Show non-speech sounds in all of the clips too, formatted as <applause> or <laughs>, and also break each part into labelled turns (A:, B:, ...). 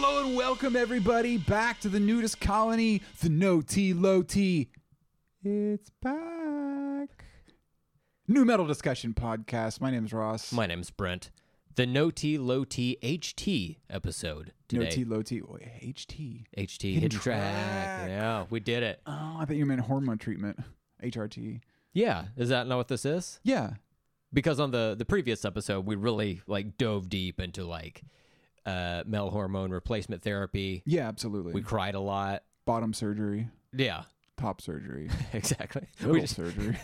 A: Welcome, everybody, back to the nudist colony, the no T, low T. It's back. New Metal Discussion Podcast. My name's Ross.
B: My name's Brent. The No T Low T HT episode
A: no
B: today.
A: T, low T. Oh, HT.
B: HT
A: Hidden
B: hidden, track.
A: track.
B: Yeah, we did it.
A: Oh, I thought you meant hormone treatment, HRT.
B: Yeah, is that not what this is?
A: Yeah.
B: Because on the the previous episode, we really like dove deep into like uh, male hormone replacement therapy.
A: Yeah, absolutely.
B: We cried a lot.
A: Bottom surgery,
B: Yeah, <laughs>
A: top surgery,
B: exactly. <laughs> We
A: middle
B: just- <laughs>
A: surgery.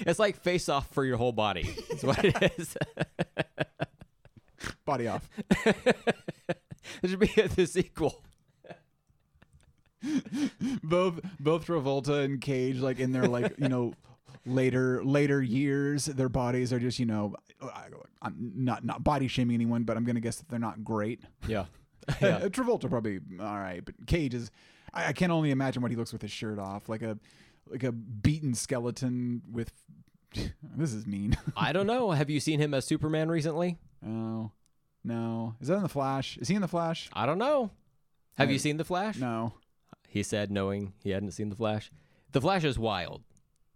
B: it's like face off for your whole body. Is what
A: <laughs>
B: it is. <laughs>
A: Body off.
B: there should be the sequel.
A: both both Travolta and Cage, like in their like you
B: <laughs>
A: know later later years, their bodies are just you know I- I'm not not body shaming anyone, but I'm gonna guess that they're not great.
B: Yeah, <laughs> yeah.
A: <laughs> Travolta probably all right, but Cage is I, I can only imagine what he looks with his shirt off, like a like a beaten skeleton with. <laughs> this is mean. <laughs>
B: I don't know. Have you seen him as Superman recently?
A: oh no, is that in the Flash? Is he in the Flash?
B: I don't know. Have
A: I-
B: you seen The Flash?
A: No,
B: He said, knowing he hadn't seen The Flash. The Flash is wild.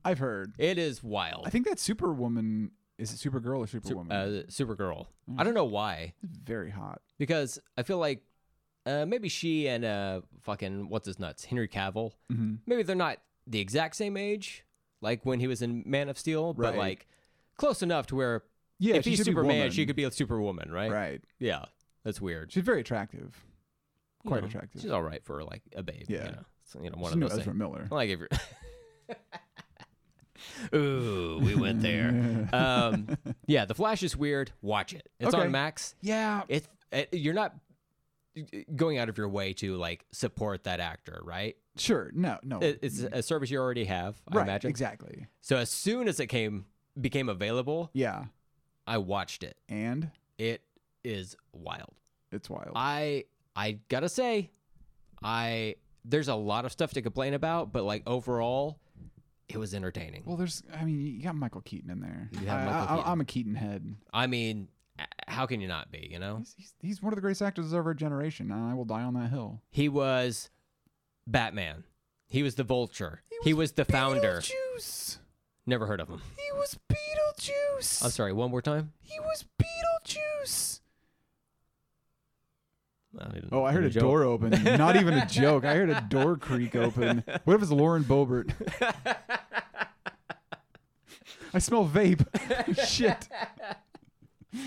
A: I've heard.
B: It is
A: I
B: wild.
A: think that Superwoman is it Supergirl or Superwoman? Mm-hmm.
B: Uh, Supergirl. I don't know why,
A: Very hot.
B: because I feel like uh, maybe she and uh, fucking what's his nuts, Henry Cavill.
A: Mm-hmm.
B: Maybe they're not the exact same age, like when he was in Man of Steel,
A: Right.
B: but like close enough to where
A: Yeah,
B: if
A: she
B: he's
A: should be
B: Superman,
A: woman.
B: she could be a Superwoman, right?
A: Right.
B: Yeah, that's weird.
A: She's very attractive.
B: You
A: Quite
B: know,
A: attractive.
B: She's all right for like a babe.
A: Yeah.
B: you know, So, you know one
A: She's no
B: of those
A: Ezra
B: things.
A: Miller.
B: Like if you're. <laughs> Ooh, we went there. um, yeah, The Flash is weird. Watch it. It's
A: Okay.
B: on Max.
A: Yeah.
B: It, it you're not going out of your way to like support that actor, right?
A: Sure. No. No.
B: It, it's a service you already have, I
A: right.
B: imagine.
A: Exactly.
B: So as soon as it came became available,
A: Yeah.
B: I watched it.
A: And
B: It is wild.
A: it's wild.
B: I I gotta say, I there's a lot of stuff to complain about, but like overall, it was entertaining.
A: well, there's. I mean, you got Michael Keaton in there.
B: You have
A: I,
B: Michael
A: I,
B: Keaton.
A: am a Keaton head.
B: I mean, h- how can you not be? You know,
A: He's, he's, he's one of the greatest actors of our generation, and I will die on that hill.
B: he was Batman. He was the Vulture. He was, the founder.
A: Beetlejuice.
B: Never heard of him.
A: He was Beetlejuice.
B: I'm sorry. One more time.
A: He was Beetlejuice.
B: I didn't-
A: Oh, I heard a
B: didn't
A: door open. Not even a joke. I heard a
B: <laughs>
A: door creak open. What if it's Lauren Boebert? I smell vape. <laughs> Shit.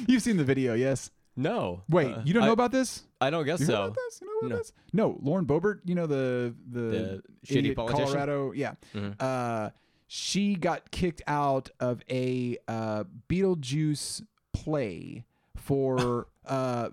A: You've seen the video, yes?
B: No.
A: Wait,
B: Uh,
A: you don't know
B: I-
A: about this?
B: I don't guess
A: You know
B: so.
A: about this? You know about
B: No.
A: this? No, Lauren Boebert. You know the the,
B: The shitty
A: idiot
B: politician? Mm-hmm.
A: Colorado. Yeah. Uh, she got kicked out of a uh, Beetlejuice play
B: <laughs>
A: for uh,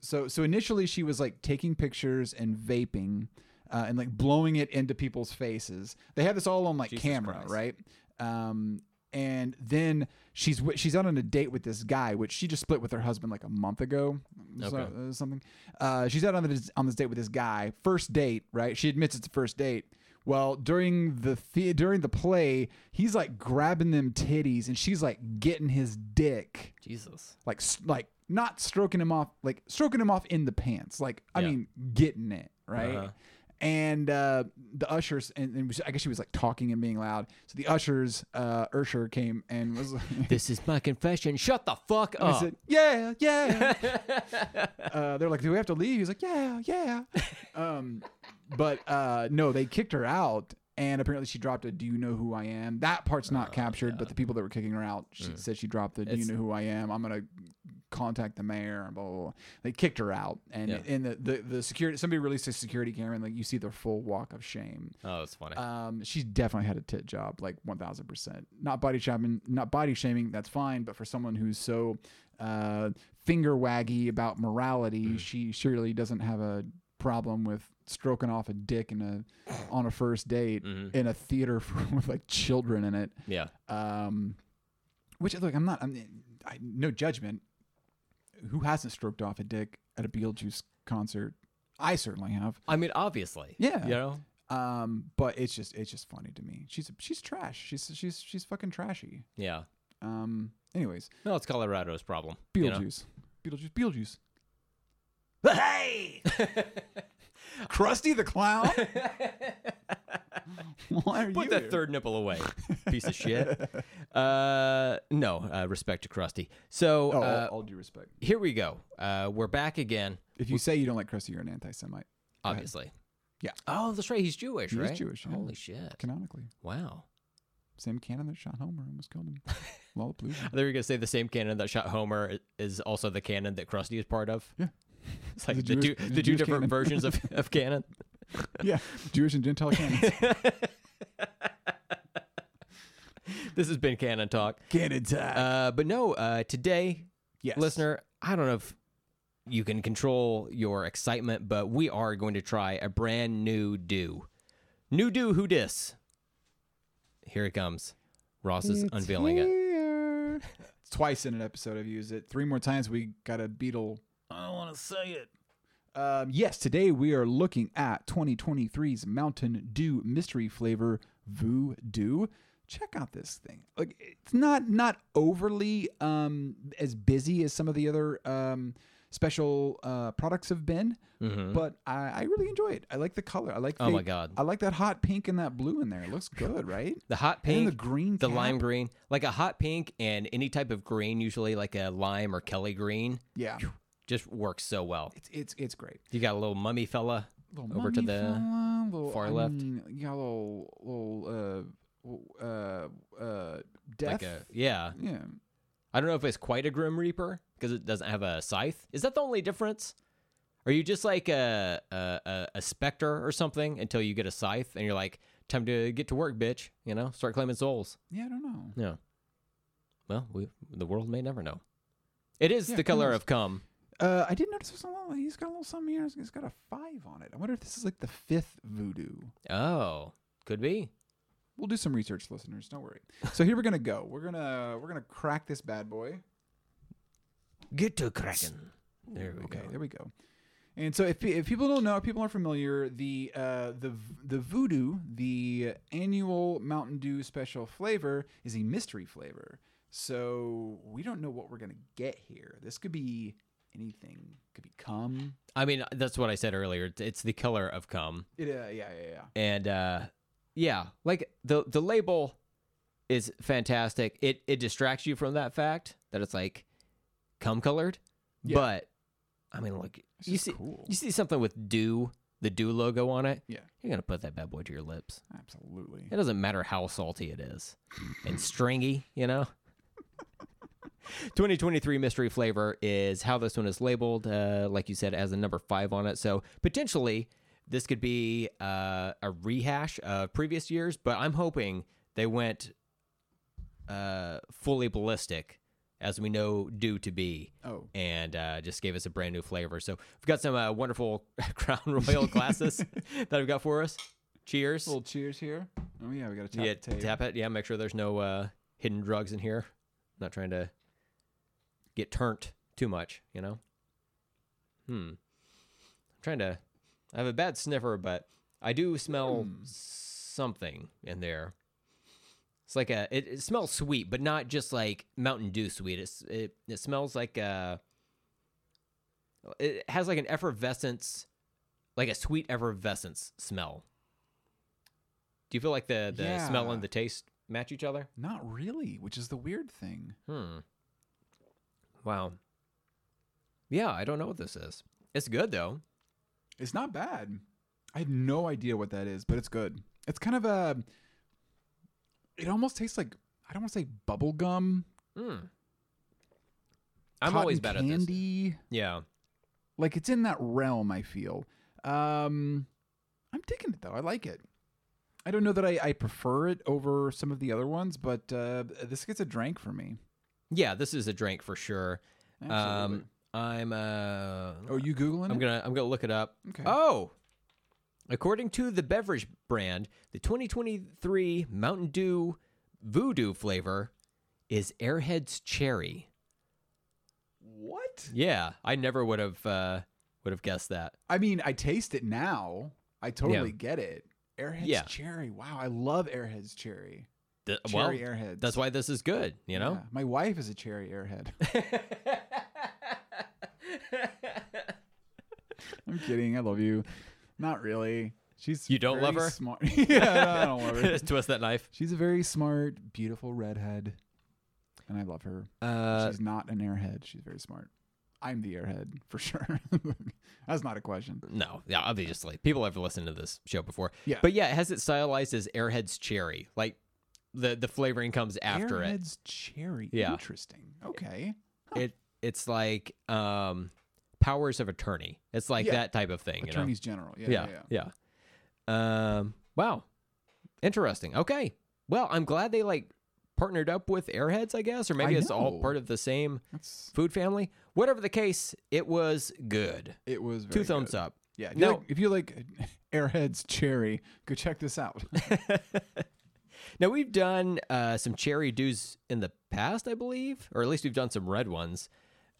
A: so so initially she was like taking pictures and vaping. Uh, and like blowing it into people's faces. They had this all on like
B: Jesus
A: camera,
B: Christ.
A: right? Um, and then she's wi- she's out on a date with this guy, which she just split with her husband like a month ago, so-
B: Okay.
A: uh, something. Uh, she's out on this on this date with this guy, first date, right? She admits it's the first date. Well, during the, the during the play, he's like grabbing them titties, and she's like getting his dick,
B: Jesus.
A: like s- like not stroking him off, like stroking him off in the pants, like I
B: Yeah.
A: mean getting it right.
B: Uh-huh.
A: And uh, the ushers, and, and I guess she was like talking and being loud. So the ushers, uh, Ursher came and was
B: This is my confession. Shut the fuck
A: and
B: up.
A: I said, "Yeah, yeah." <laughs> uh, they're like, "Do we have to leave?" He's like, "Yeah,
B: <laughs>
A: yeah." Um, but uh, no, they kicked her out, and apparently she dropped a "Do you know who I am?" That part's not captured, but the people that were kicking her out, she said she dropped the "Do you
B: Oh, Mm. It's-
A: know who I am?" I'm gonna contact the mayor and blah blah. blah. They kicked her out, and
B: Yeah.
A: and the, the the security somebody released a security camera, and like you see the full walk of shame.
B: oh, that's funny.
A: Um, she definitely had a tit job, like one thousand percent. Not body shaming, not body shaming. That's fine, but for someone who's so uh, finger waggy about morality, she surely doesn't have a problem with stroking off a dick in a on a first date
B: Mhm.
A: in a theater <laughs> with like children in it.
B: yeah.
A: Um, which look, I'm not. I'm I, no judgment. Who hasn't stroked off a dick at a Beetlejuice concert? I certainly have.
B: I mean, obviously.
A: Yeah.
B: You know.
A: Um, but it's just it's just funny to me. She's she's trash. She's she's she's fucking trashy.
B: Yeah.
A: Um. Anyways,
B: No, it's Colorado's problem. you know?
A: Beetlejuice, Beetlejuice, Beetlejuice.
B: <laughs>
A: Hey, Krusty the <laughs> Clown. Why are
B: Put
A: you
B: that
A: here?
B: third
A: <laughs>
B: nipple away, piece of shit. Uh, no, uh, respect to Krusty. So
A: Oh, all-
B: uh,
A: all due respect.
B: here we go. Uh, we're back again,
A: If you say you don't like Krusty, you're an anti-Semite.
B: obviously.
A: Yeah.
B: Oh, that's right. He's Jewish,
A: He is
B: right?
A: Jewish, yeah.
B: Holy shit!
A: Canonically,
B: Wow.
A: same cannon that shot Homer almost killed <laughs> him. Lollapalooza.
B: They were gonna say the same cannon that shot Homer i- is also the cannon that Krusty is part of.
A: Yeah.
B: <laughs> It's like
A: The
B: the,
A: Jewish-
B: two,
A: the
B: the two
A: Jewish
B: different
A: cannon. <laughs>
B: versions of, of canon.
A: Yeah, Jewish and Gentile cannons. <laughs>
B: This has been canon talk.
A: Cannon time.
B: Uh, but no, uh, today,
A: yes,
B: listener, I don't know if you can control your excitement, but we are going to try a brand new do. New do who dis? Here it comes. Ross is unveiling it.
A: it. Twice in an episode, I've used it. Three more times, we got a Beatle. I don't want to say it. Um, yes, today we are looking at 2023's Mountain Dew mystery flavor Voodoo. Check out this thing. Like it's not not overly um, as busy as some of the other um, special uh, products have been, but I, I really enjoy it. I like the color. I like.
B: Mm-hmm. Oh
A: the-
B: my God.
A: I like that hot pink and that blue in there. It looks good, right?
B: The hot
A: And then
B: pink,
A: the green
B: the
A: cap.
B: lime green, like a hot pink and any type of green, usually like a lime or Kelly green,
A: Yeah,
B: just works so well.
A: it's it's it's great.
B: You got a little mummy fella
A: Little
B: over to
A: mummy
B: the
A: fella, little,
B: far
A: I
B: left.
A: Mean, you got a little little uh uh uh death.
B: like a yeah.
A: yeah,
B: I don't know if it's quite a Grim Reaper because it doesn't have a scythe. Is that the only difference? Are you just like a a, a a specter or something until you get a scythe and you're like, time to get to work, bitch? You know, start claiming souls.
A: yeah. I don't know.
B: Yeah. Well, we, the world may never know. It is
A: Yeah,
B: the
A: who
B: color
A: knows?
B: of cum.
A: Uh, I did notice there's a little. He's got a little something here. He's got a five on it. I wonder if this is like the fifth voodoo.
B: Oh, could be.
A: We'll do some research, listeners. Don't
B: <laughs>
A: worry. So here we're gonna go. We're gonna we're gonna crack this bad boy.
B: Get to cracking. There we
A: okay,
B: go.
A: there we go. And so, if, if people don't know, if people aren't familiar, the uh, the the Voodoo, the annual Mountain Dew special flavor, is a mystery flavor. So we don't know what we're gonna get here. This could be anything. Could be cum.
B: I mean, that's what I said earlier. It's- It's the color of cum.
A: It, uh, yeah, yeah, yeah.
B: and uh yeah like the the label is fantastic it it distracts you from that fact that it's like cum colored
A: Yeah.
B: but i mean like
A: It's
B: you
A: just
B: see
A: cool.
B: you see something with do the do logo on it
A: Yeah.
B: you're gonna put that bad boy to your lips
A: Absolutely.
B: it doesn't matter how salty it is and stringy you know 2023 mystery flavor is how this one is labeled, uh, like you said, as a number five on it. So potentially this could be uh, a rehash of previous years, but I'm hoping they went uh, fully ballistic, as we know do to be.
A: Oh.
B: And uh, just gave us a brand new flavor. So we've got some uh, wonderful <laughs> Crown Royal glasses that I've got for us. Cheers.
A: little cheers here. Oh yeah, we gotta tap
B: yeah,
A: the tape.
B: tap it. Yeah, make sure there's no uh, hidden drugs in here. not trying to get turnt too much, you know. Hmm. I'm trying to. I have a bad sniffer, but I do smell
A: Hmm.
B: something in there. It's like a. It, it smells sweet, but not just like Mountain Dew sweet. It's it. It smells like uh, a. It has like an effervescence, like a sweet effervescence smell. Do you feel like the the smell
A: Yeah.
B: and the taste match each other?
A: Not really, which is the weird thing.
B: Hmm. Wow. Yeah, I don't know what this is. It's good though.
A: It's not bad. I have no idea what that is, but it's good. It's kind of a. It almost tastes like I don't want to say bubble gum.
B: Hmm. I'm always bad
A: cotton
B: at this.
A: candy.
B: Yeah.
A: Like it's in that realm. I feel. Um, I'm digging it though. I like it. I don't know that I, I prefer it over some of the other ones, but uh, this gets a drink for me.
B: Yeah, this is a drink for sure.
A: Absolutely.
B: Um I'm uh
A: oh, you googling?
B: I'm
A: it?
B: gonna I'm gonna look it up.
A: Okay.
B: Oh. According to the beverage brand, the 2023 Mountain Dew Voodoo flavor is Airheads Cherry.
A: What?
B: Yeah, I never would have uh, would have guessed that.
A: I mean, I taste it now. I totally
B: Yeah.
A: get it. Airheads
B: Yeah.
A: cherry. Wow, I love Airheads cherry.
B: The- well,
A: Cherry Airheads.
B: That's why this is good, you know?
A: Yeah, my
B: <laughs>
A: wife is a cherry airhead. I'm kidding. I love you. Not really. She's
B: You don't love
A: very
B: her?
A: Smart. <laughs> yeah, no, <laughs> I don't love her.
B: Just <laughs> Twist that knife.
A: She's a very smart, beautiful redhead, and I love her.
B: Uh,
A: She's not an airhead. She's very smart. I'm the airhead <laughs> for sure. That's not a question.
B: no, yeah, obviously, people have listened to this show before.
A: Yeah.
B: but yeah, it has it stylized as Airheads Cherry. Like the the flavoring comes after it.
A: Airhead's cherry.
B: Yeah.
A: Interesting. Okay.
B: It it's like um, powers of attorney. It's like
A: Yeah.
B: that type of thing. you know?
A: Attorneys General. Yeah.
B: yeah,
A: Yeah. yeah.
B: yeah. Um, wow, interesting. Okay, well, I'm glad they like partnered up with Airheads, I guess, or maybe
A: I
B: it's all
A: know.
B: part of the same
A: That's.
B: food family. Whatever the case, it was good.
A: It was very
B: Two thumbs
A: good.
B: up.
A: Yeah. If you,
B: No.
A: like, if you like <laughs> Airhead's cherry, go check this out.
B: Now we've done uh, some cherry dews in the past, I believe, or at least we've done some red ones.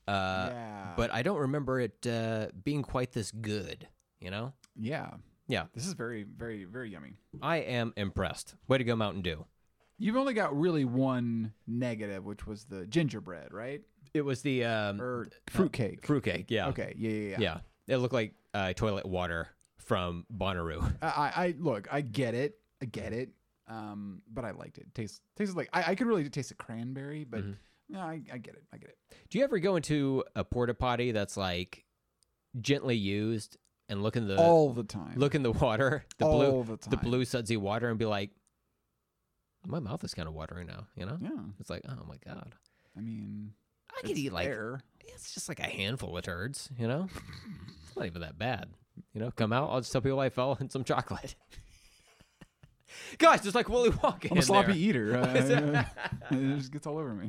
B: Uh,
A: <laughs> yeah.
B: But I don't remember it uh, being quite this good. You know,
A: yeah.
B: Yeah.
A: This is very, very, very yummy.
B: I am impressed. Way to go, Mountain Dew.
A: You've only got really one negative, which was the gingerbread, right?
B: It was the um,
A: Or fruitcake.
B: fruitcake. Yeah.
A: Okay. Yeah. Yeah. Yeah.
B: Yeah. It looked like uh, toilet water from Bonnaroo.
A: I, I, I look. I get it. I get it. Um, but I liked it. Tastes tasted like I, I could really taste the cranberry,
B: Mm-hmm.
A: but no, I, I get it. I get it.
B: Do you ever go into a porta potty that's like gently used and look in the
A: All the time.
B: look in the water, the
A: all the
B: blue
A: time.
B: the blue sudsy water and be like my mouth is kind of watering now, you know?
A: Yeah.
B: It's like, oh my god.
A: I mean,
B: I could
A: it's
B: eat like
A: there.
B: it's just like a handful of turds, you know? it's not even that bad. You know, come out, I'll just tell people I fell in some chocolate. <laughs> Gosh, just like Willy Wonka.
A: I'm a
B: in there.
A: sloppy
B: <laughs>
A: eater. Uh, <laughs> it just gets all over me.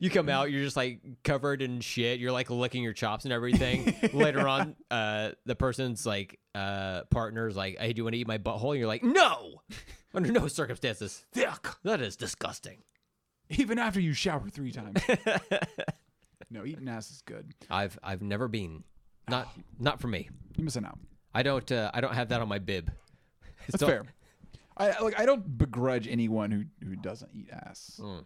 B: You come out, you're just like covered in shit. You're like licking your chops and
A: <laughs>
B: everything. Later on, uh, the person's like uh, partner's like, "Hey, do you want to eat my butthole?" And you're like, "No, <laughs> under no circumstances.
A: Yuck.
B: That is disgusting."
A: Even after you shower three
B: <laughs>
A: times. no, eating ass is good.
B: I've I've never been, not not for me.
A: You're missing out.
B: I don't uh, I don't have that on my bib. <laughs>
A: That's fair. I I- like. I don't begrudge anyone who who doesn't eat ass.
B: Mm.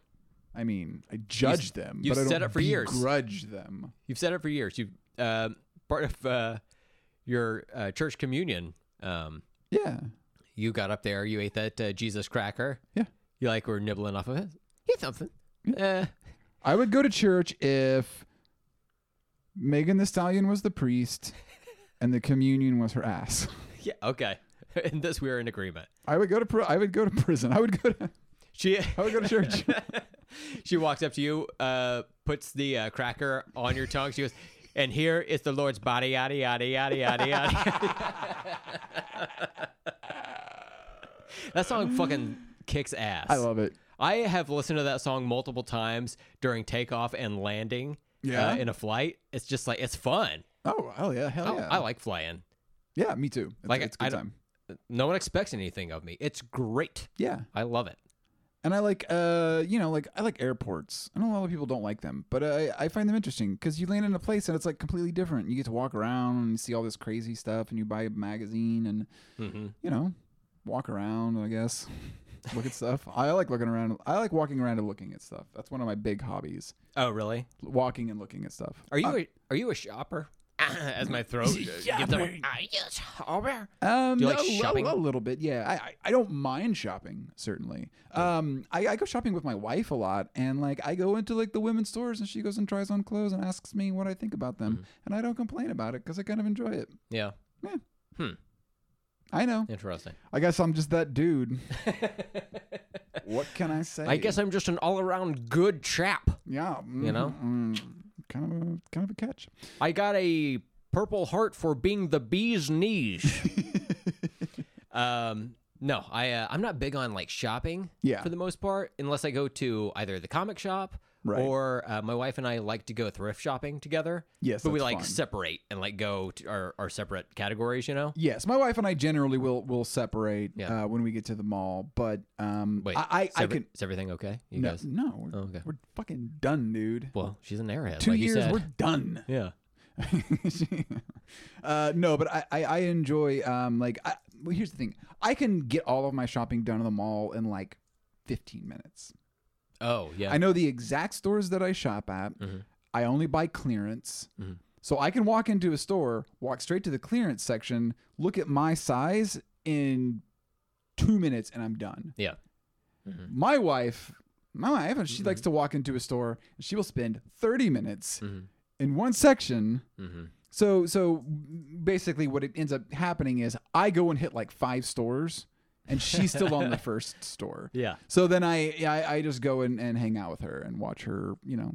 A: I mean, I judge them,
B: you
A: but I
B: said
A: don't
B: it for years.
A: begrudge them.
B: You've said it for years. You've um, part of uh, your uh, church communion. Um,
A: Yeah,
B: you got up there, you ate that uh, Jesus cracker.
A: Yeah.
B: You like were nibbling off of it. Eat something. Eh.
A: I would go to church if Megan the Stallion was the priest, and the communion was her ass. <laughs>
B: yeah. Okay. <laughs> In this, we are in agreement.
A: I would go to pri- I would go to prison. I would go to
B: She
A: I would go to
B: <laughs>
A: church.
B: she walks up to you, uh, puts the uh, cracker on your tongue. She goes, "And here is the Lord's body." Yada yada yada yada yada. that song fucking kicks ass.
A: I love it.
B: I have listened to that song multiple times during takeoff and landing.
A: Yeah?
B: Uh, in a flight, it's just like it's fun.
A: Oh, oh yeah, hell
B: I-
A: yeah.
B: I like flying.
A: yeah, me too. It's,
B: Like,
A: it's a good
B: I don't-
A: time.
B: No one expects anything of me. It's great.
A: Yeah.
B: I love it.
A: and I like uh you know like I like airports. I know a lot of people don't like them, but I I find them interesting because you land in a place and it's like completely different. You get to walk around and see all this crazy stuff, and you buy a magazine and
B: Mm-hmm.
A: you know walk around. I guess <laughs> look at stuff. I like looking around. I like walking around and looking at stuff. That's one of my big hobbies:
B: Oh, really?
A: walking and looking at stuff.
B: Are you a, are you
A: <laughs>
B: a shopper? As my <laughs> throat gives up. Are you a shopper?
A: Um,
B: Do you like
A: a, lo-
B: shopping?
A: A, little bit, yeah. I, I, I don't mind shopping certainly. Um, I, I go shopping with my wife a lot, and like I go into like the women's stores, and she goes and tries on clothes and asks me what I think about them,
B: Mm-hmm.
A: and I don't complain about it because I kind of enjoy it.
B: Yeah.
A: Yeah.
B: Hmm.
A: I know.
B: Interesting.
A: I guess I'm just that
B: <laughs>
A: dude. what can I say?
B: I guess I'm just an all around good chap.
A: yeah.
B: You know?
A: mhm, mm. kind of a kind of a catch.
B: I got a purple heart for being the bee's knees.
A: <laughs>
B: um, no, I uh, I'm not big on like shopping.
A: Yeah.
B: For the most part, unless I go to either the comic shop
A: Right.
B: or uh, my wife and I like to go thrift shopping together.
A: Yes,
B: but we
A: that's
B: like
A: fun.
B: separate and like go to our, our separate categories. You know.
A: Yes, my wife and I generally will will separate
B: Yeah.
A: uh, when we get to the mall, but um,
B: Wait,
A: I, I, I
B: sever-
A: can
B: Is everything okay? You
A: No,
B: guys.
A: no, we're,
B: Oh, okay.
A: we're fucking done, dude.
B: Well, she's an airhead.
A: Two
B: like you
A: years,
B: said.
A: we're done. <laughs>
B: Yeah.
A: uh, no, but I, I, I enjoy um like I, well, here's the thing, I can get all of my shopping done in the mall in like 15 minutes.
B: Oh yeah.
A: I know the exact stores that I shop at.
B: Mhm.
A: I only buy clearance.
B: Mhm.
A: So I can walk into a store, walk straight to the clearance section, look at my size in two minutes, and I'm done.
B: Yeah. Mm-hmm.
A: My wife, my wife, and she likes to walk into a store and she will spend 30 minutes in one section.
B: Mm-hmm.
A: So, so basically, what it ends up happening is I go and hit like five stores, and she's still
B: <laughs>
A: on the first store.
B: Yeah.
A: So then I, I, I just go and, and hang out with her and watch her, you know,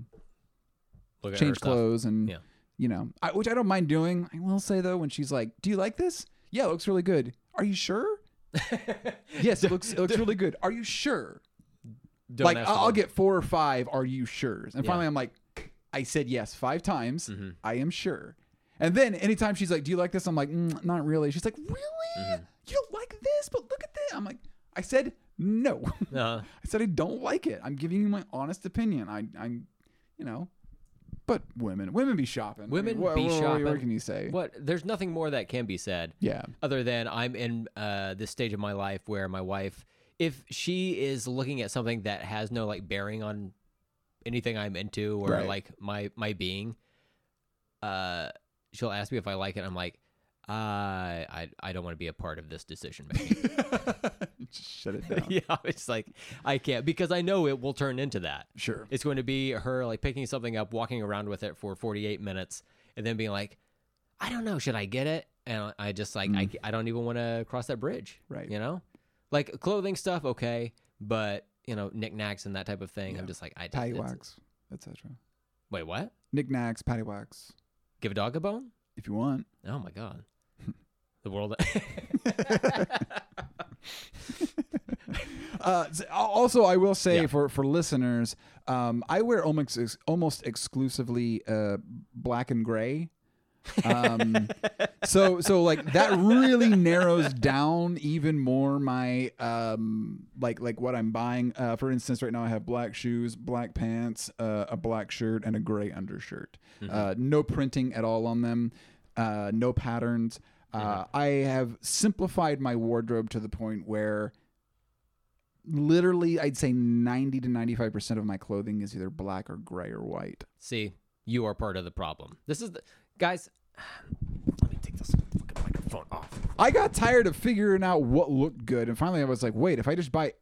B: Look at her
A: change
B: stuff.
A: clothes and
B: Yeah.
A: you know, I, which I don't mind doing. I will say though, when she's like, "Do you like this? Yeah, it looks really good. Are you
B: <laughs>
A: sure? yes, it looks it looks really good. Are you sure?
B: Don't
A: like
B: ask
A: I'll, I'll
B: them.
A: get four or five. Are you sure? And finally, I'm like, I said yes five times.
B: Mm-hmm.
A: I am sure. And then anytime she's like, "Do you like this?" I'm like, mm, "Not really." She's like, "Really?
B: Mm-hmm.
A: You don't like this? But look at this." I'm like, I said no. <laughs>
B: Uh,
A: I said I don't like it. I'm giving you my honest opinion. I, I'm, you know, but women, women be shopping. I mean,
B: Women
A: what,
B: be
A: what- what- What
B: shopping.
A: can you say?
B: <laughs> what? There's nothing more that can be said.
A: Yeah,
B: other than I'm in uh, this stage of my life where my wife, if she is looking at something that has no like bearing on anything I'm into or
A: Right.
B: like my my being, uh, she'll ask me if I like it. I'm like, uh, I I don't want to be a part of this decision making.
A: Just shut
B: <laughs>
A: it down.
B: yeah, it's like I can't because I know it will turn into that.
A: Sure.
B: It's going to be her like picking something up, walking around with it for 48 minutes, and then being like, I don't know, should I get it? And I just like, I, I don't even want to cross that bridge.
A: Right.
B: You know, like clothing stuff, okay. But, you know, knickknacks and that type of thing, I'm just like, I
A: Patty
B: it's-
A: wax, etc.
B: Wait, what?
A: Knickknacks, patty wax,
B: Give a dog a bone?
A: if you want.
B: Oh my God. the world. <laughs>
A: Uh, s- al- also, I will say
B: Yeah.
A: for for listeners, um, I wear almost ex- almost exclusively uh, black and gray. Um, so so like that really narrows down even more my um like like what I'm buying. Uh, for instance, right now I have black shoes, black pants, uh, a black shirt, and a gray undershirt. Uh, no printing at all on them. Uh, no patterns. Uh, I have simplified my wardrobe to the point where literally I'd say 90 to 95% of my clothing is either black or gray or white.
B: See, you are part of the problem. This is the guys. Let me take this fucking microphone off.
A: I got tired of figuring out what looked good and finally I was like, "Wait, if I just buy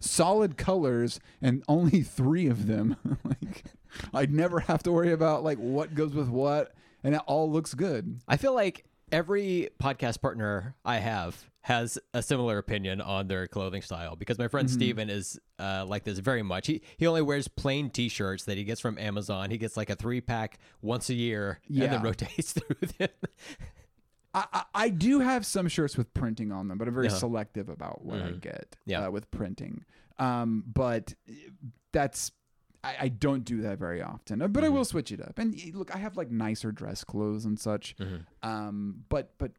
A: solid colors and only <laughs> 3 of them, like I'd never have to worry about like what goes with what and it all looks good."
B: I feel like every podcast partner I have has a similar opinion on their clothing style because my
A: Mm-hmm.
B: friend Steven is uh, like this very much. He he only wears plain t-shirts that he gets from Amazon. He gets like a three-pack once a year and
A: Yeah.
B: then rotates <laughs> through them.
A: I, I, I do have some shirts with printing on them, but I'm very selective about what I get
B: Uh-huh. Mm-hmm. Yeah.
A: uh, with printing. Um, but that's I, I don't do that very often, Uh, but
B: Mm-hmm.
A: I will switch it up. And y- look, I have like nicer dress clothes and such.
B: Mm-hmm.
A: Um, but but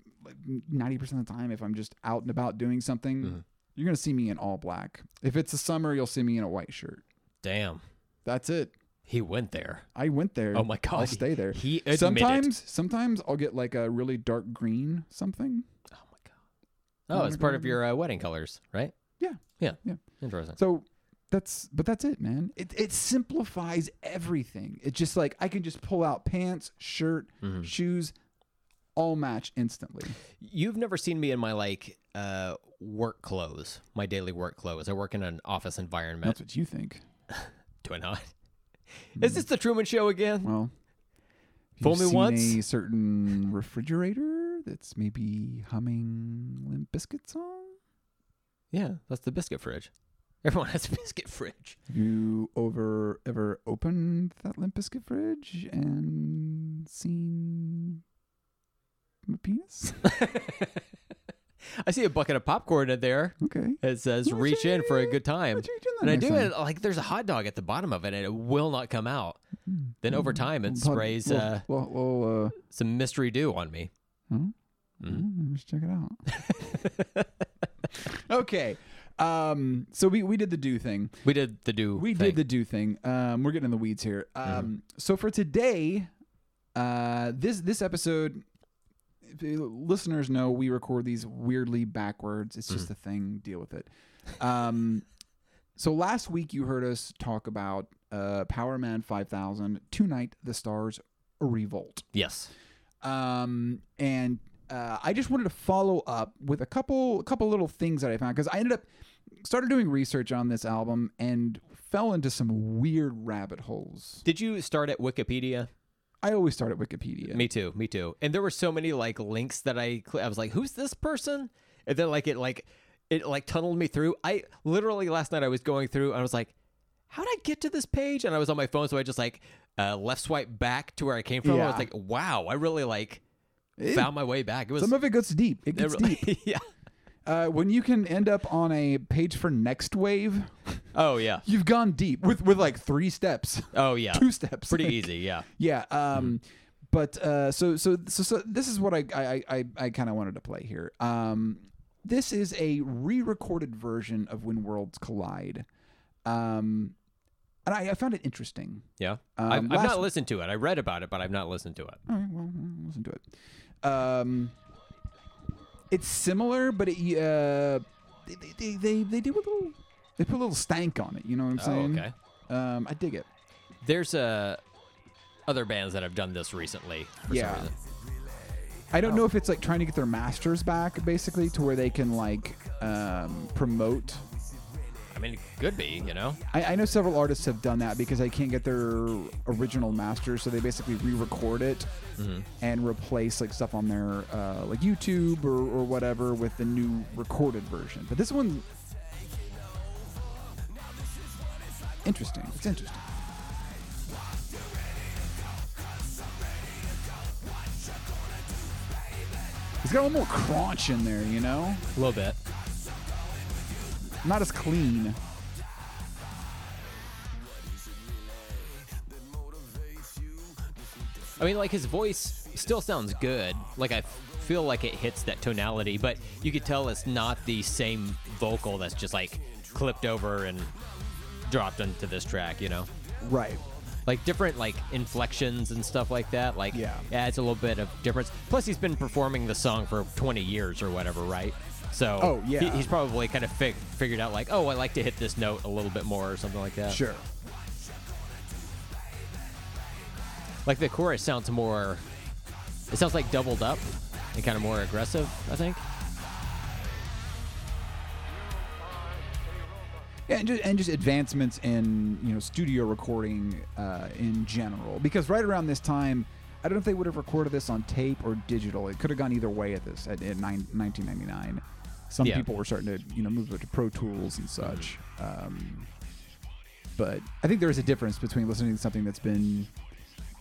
A: ninety percent of the time, if I'm just out and about doing something,
B: Mm-hmm.
A: you're gonna see me in all black. If it's the summer, you'll see me in a white shirt.
B: Damn,
A: That's it.
B: he went there.
A: I went there.
B: Oh my
A: I'll
B: God,
A: stay
B: <laughs>
A: there.
B: he admitted.
A: sometimes sometimes I'll get like a really dark green something.
B: Oh my god. Oh, it's part of your uh, wedding colors, right?
A: Yeah.
B: Yeah.
A: Yeah.
B: Interesting.
A: So that's but that's it, man. It it simplifies everything. It's just like I can just pull out pants, shirt,
B: Mm-hmm.
A: shoes, all match instantly.
B: You've never seen me in my like uh, work clothes, my daily work clothes. I work in an office environment.
A: That's what you think.
B: Do I not? Is this the Truman Show again?
A: Mm. Well, have
B: Fool
A: you
B: me
A: seen
B: once.
A: A certain refrigerator that's maybe humming Limp Bizkit song.
B: Yeah, that's the biscuit fridge. Everyone has a biscuit fridge.
A: Have you over ever opened that Limp Bizkit fridge and seen my
B: <laughs>
A: penis?
B: I see a bucket of popcorn in there.
A: Okay.
B: It says reach in for a good time.
A: Let's reach in
B: And
A: there
B: I
A: next
B: do
A: time.
B: it like there's a hot dog at the bottom of it and it will not come out.
A: Hmm.
B: Then over time it
A: Pod-
B: sprays
A: little-
B: uh,
A: little- little, uh,
B: some mystery dew on me.
A: Hmm? Mm, let's check it out.
B: <laughs>
A: okay. Um, so we, we did the do thing.
B: We did the do.
A: We did the do thing. Um, we're getting in the weeds here. Um,
B: Mm-hmm.
A: so for today, uh, this this episode, if the listeners know we record these weirdly backwards. It's
B: Mm-hmm.
A: just a thing. Deal with it. Um, so last week you heard us talk about uh, Power Man 5000. Tonight the stars a revolt.
B: Yes.
A: Um, and uh, I just wanted to follow up with a couple a couple little things that I found because I ended up started doing research on this album and fell into some weird rabbit holes.
B: Did you start at Wikipedia?
A: I always start at Wikipedia.
B: Me too. Me too. And there were so many like links that I cl- I was like, who's this person? And then like it like it like tunneled me through. I literally last night I was going through and I was like, how did I get to this page? And I was on my phone, so I just like uh, left swipe back to where I came from. I
A: Yeah.
B: was like, wow, I really like
A: It-
B: found my way back. It was
A: Some of it gets deep. It gets deep.
B: <laughs> yeah.
A: Uh, when you can end up on a page for next wave,
B: Oh yeah.
A: you've gone deep with with like three steps, <laughs>
B: Oh yeah.
A: two steps.
B: Pretty
A: like-
B: easy. Yeah.
A: Yeah. Um, But uh, so, so so so this is what I I I, I kind of wanted to play here. Um, this is a re-recorded version of When Worlds Collide, um, and I, I found it interesting.
B: Yeah.
A: Um,
B: I've, I've
A: last-
B: not listened to it. I read about it, but I've not listened to it.
A: All right, well, well, listen to it. Um, it's similar, but it uh, they, they- they, they they do a little they put a little stank on it. You know what I'm saying?
B: okay.
A: Um, I dig it.
B: There's uh, other bands that have done this recently. For
A: Yeah.
B: Some reason.
A: I don't know if it's like trying to get their masters back, basically, to where they can like um, promote.
B: I mean, it could be. You know.
A: I, I know several artists have done that because they can't get their original masters, so they basically re-record it and replace like stuff on their uh, like YouTube or, or whatever with the new recorded version. But this one, interesting. It's interesting. It's got a little more crunch in there, you know,
B: A little bit.
A: not as clean.
B: I mean, like his voice still sounds good. Like I feel like it hits that tonality, but you could tell it's not the same vocal that's just like clipped over and dropped into this track. You know,
A: Right.
B: like different like inflections and stuff like that. Like
A: Yeah.
B: adds a little bit of difference. Plus, he's been performing the song for 20 years or whatever, right? So
A: Oh, yeah.
B: he- he's probably kind of fig- figured out like, oh, I like to hit this note a little bit more or something like that.
A: Sure.
B: Like the chorus sounds more. It sounds like doubled up and kind of more aggressive, I think.
A: Yeah, and just, and just advancements in you know studio recording uh, in general. Because right around this time, I don't know if they would have recorded this on tape or digital. It could have gone either way at this at, at nine, 1999. Some
B: Yeah.
A: people were starting to you know move over to Pro Tools and such. Um, but I think there is a difference between listening to something that's been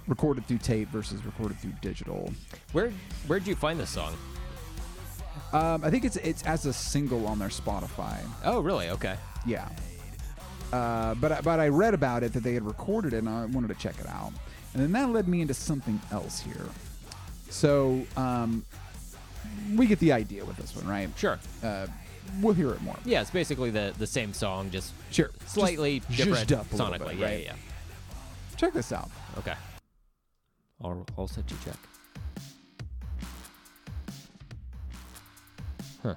A: recorded through tape versus recorded through digital.
B: Where where'd you find this song?
A: Um, I think it's it's as a single on their Spotify.
B: Oh, really? Okay.
A: Yeah. Uh, but I- but I read about it that they had recorded it, and I wanted to check it out. And then that led me into something else here. So um, we get the idea with this one, right?
B: Sure.
A: Uh, we'll hear it more.
B: Yeah, it's basically the the same song, just
A: Sure.
B: slightly
A: Just
B: different
A: zhuzhed up a little
B: sonically.
A: bit,
B: yeah,
A: right?
B: yeah,
A: Check this out.
B: yeah. Okay. I'll, I'll set you check. Huh.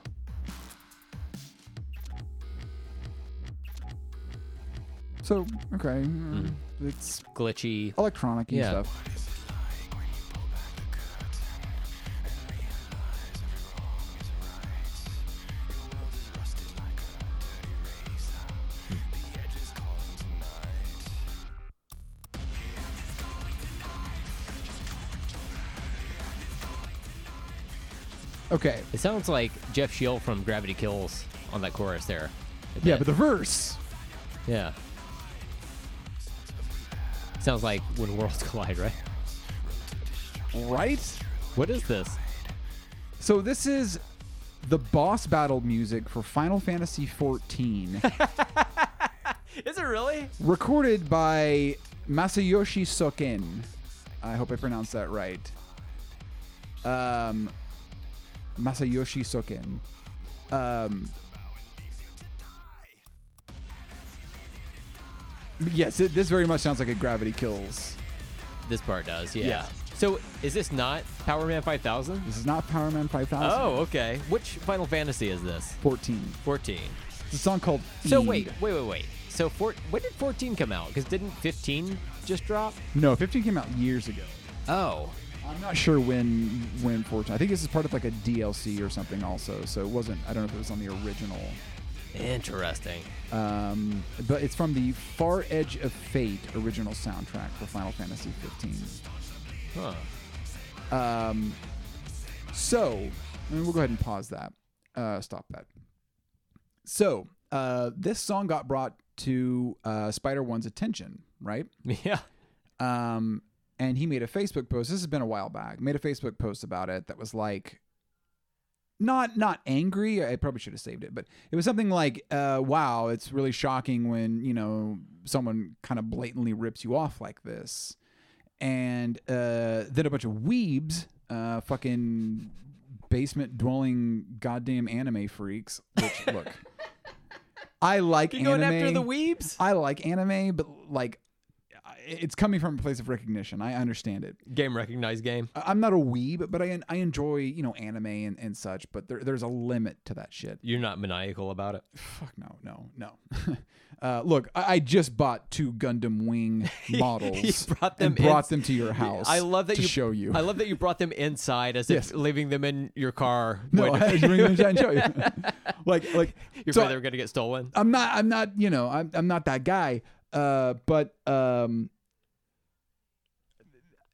A: So okay,
B: Mm-hmm.
A: uh, it's
B: Glitchy.
A: electronic and
B: Yeah.
A: stuff. Okay.
B: It sounds like Jeff Shield from Gravity Kills on that chorus there. A
A: Yeah,
B: bit.
A: but the verse.
B: yeah. Sounds like when worlds <laughs> collide, right?
A: Right?
B: What is this?
A: So this is the boss battle music for Final Fantasy <laughs> XIV.
B: Is it really?
A: recorded by Masayoshi Soken. I hope I pronounced that right. Um, Masayoshi Soken. Um, yes, it, this very much sounds like a Gravity Kills.
B: This part does, yeah.
A: Yeah.
B: So is this not Power Man 5000?
A: This is not Power Man 5000.
B: Oh, okay. Which Final Fantasy is this?
A: 14.
B: 14.
A: It's a song called.
B: Oh. So
A: Fiend.
B: wait, wait, wait, wait. So four, when did 14 come out? Because didn't 15 just drop?
A: No, 15 came out years ago.
B: Oh.
A: I'm not sure when when Fortune. I think this is part of like a DLC or something also. So it wasn't. I don't know if it was on the original.
B: Interesting. <laughs>
A: Um, but it's from the Far Edge of Fate original soundtrack for Final Fantasy 15.
B: Huh.
A: Um, so, I mean, we'll go ahead and pause that. Uh, stop that. So, uh, this song got brought to uh, Spider One's attention, right?
B: Yeah.
A: Um, and he made a Facebook post. This has been a while back. Made a Facebook post about it that was like, not not angry. I probably should have saved it, but it was something like, uh, "Wow, it's really shocking when you know someone kind of blatantly rips you off like this." and uh, then a bunch of weebs, uh, fucking basement dwelling goddamn anime freaks. Which look,
B: <laughs>
A: I like
B: You
A: anime.
B: going after the weebs?
A: I like anime, but like, I- it's coming from a place of recognition. I understand it.
B: Game recognized game.
A: I- I'm not a weeb, but I I enjoy you know anime and, and such. But there, there's a limit to that shit.
B: You're not maniacal about it. <laughs>
A: Fuck no, no, no. <laughs> uh, look, I, I just bought two Gundam
B: <laughs>
A: Wing models.
B: brought
A: and
B: them in-
A: brought them to your house.
B: I love that
A: to
B: you
A: show you.
B: I love that you brought them inside as
A: Yes.
B: if leaving them in your car.
A: No, <laughs>
B: when-
A: I had to
B: <laughs>
A: bring them down and show you. like, like,
B: you're
A: so
B: afraid they were gonna get stolen.
A: I'm not, I'm not, you know, I'm, I'm not that guy. Uh, but um,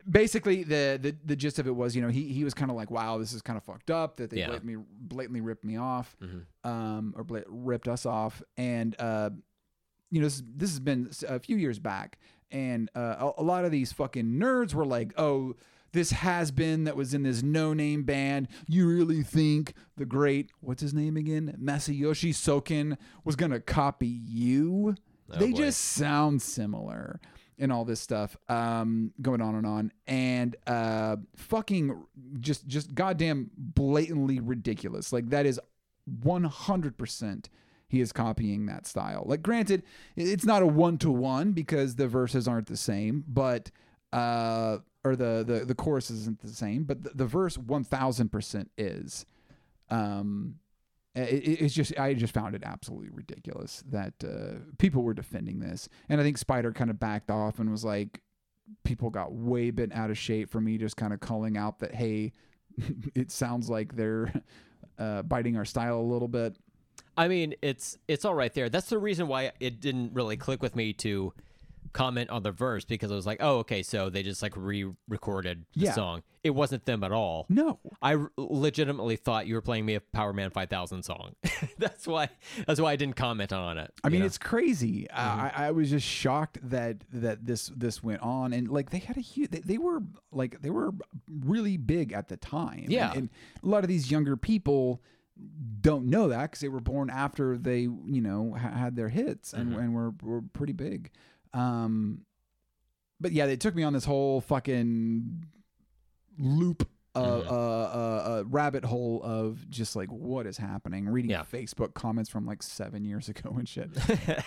A: basically, the, the the gist of it was, you know, he he was kind of like, wow, this is kind of fucked up that they
B: Yeah.
A: blatantly, blatantly ripped me off,
B: Mhm.
A: um, or bla- ripped us off, and uh, you know, this, this has been s- a few years back, and uh, a, a lot of these fucking nerds were like, oh. This has been that was in this no name band. You really think the great, what's his name again? Masayoshi Soken was going to copy you?
B: Oh,
A: they
B: boy.
A: just sound similar and all this stuff um, going on and on. And uh, fucking just, just goddamn blatantly ridiculous. Like, that is 100% he is copying that style. Like, granted, i- it's not a one to one because the verses aren't the same, but uh, or the the the chorus isn't the same, but the, the verse one thousand percent is. Um, i- i it's just I just found it absolutely ridiculous that uh, people were defending this, and I think Spider kind of backed off and was like, people got way bent out of shape for me just kind of calling out that hey, <laughs> it sounds like they're uh, biting our style a little bit.
B: I mean, it's it's all right there. That's the reason why it didn't really click with me to comment on the verse because I was like, oh, okay, so they just like re-recorded the
A: Yeah.
B: song. It wasn't them at all.
A: No,
B: I r- legitimately thought you were playing me a Power Man 5000 song. <laughs> that's why that's why I didn't comment on it.
A: I
B: you
A: mean,
B: know?
A: it's crazy. I I, I was just shocked that that this this went on, and like they had a huge. They, they were like they were really big at the time. And-
B: Yeah.
A: and, a lot of these younger people don't know that because they were born after they you know ha- had their hits and and were were pretty big. Um, but yeah, they took me on this whole fucking loop. Uh,
B: Mhm.
A: uh, uh, uh, rabbit hole of just like what is happening, reading
B: Yeah.
A: Facebook comments from like seven years <laughs> ago and shit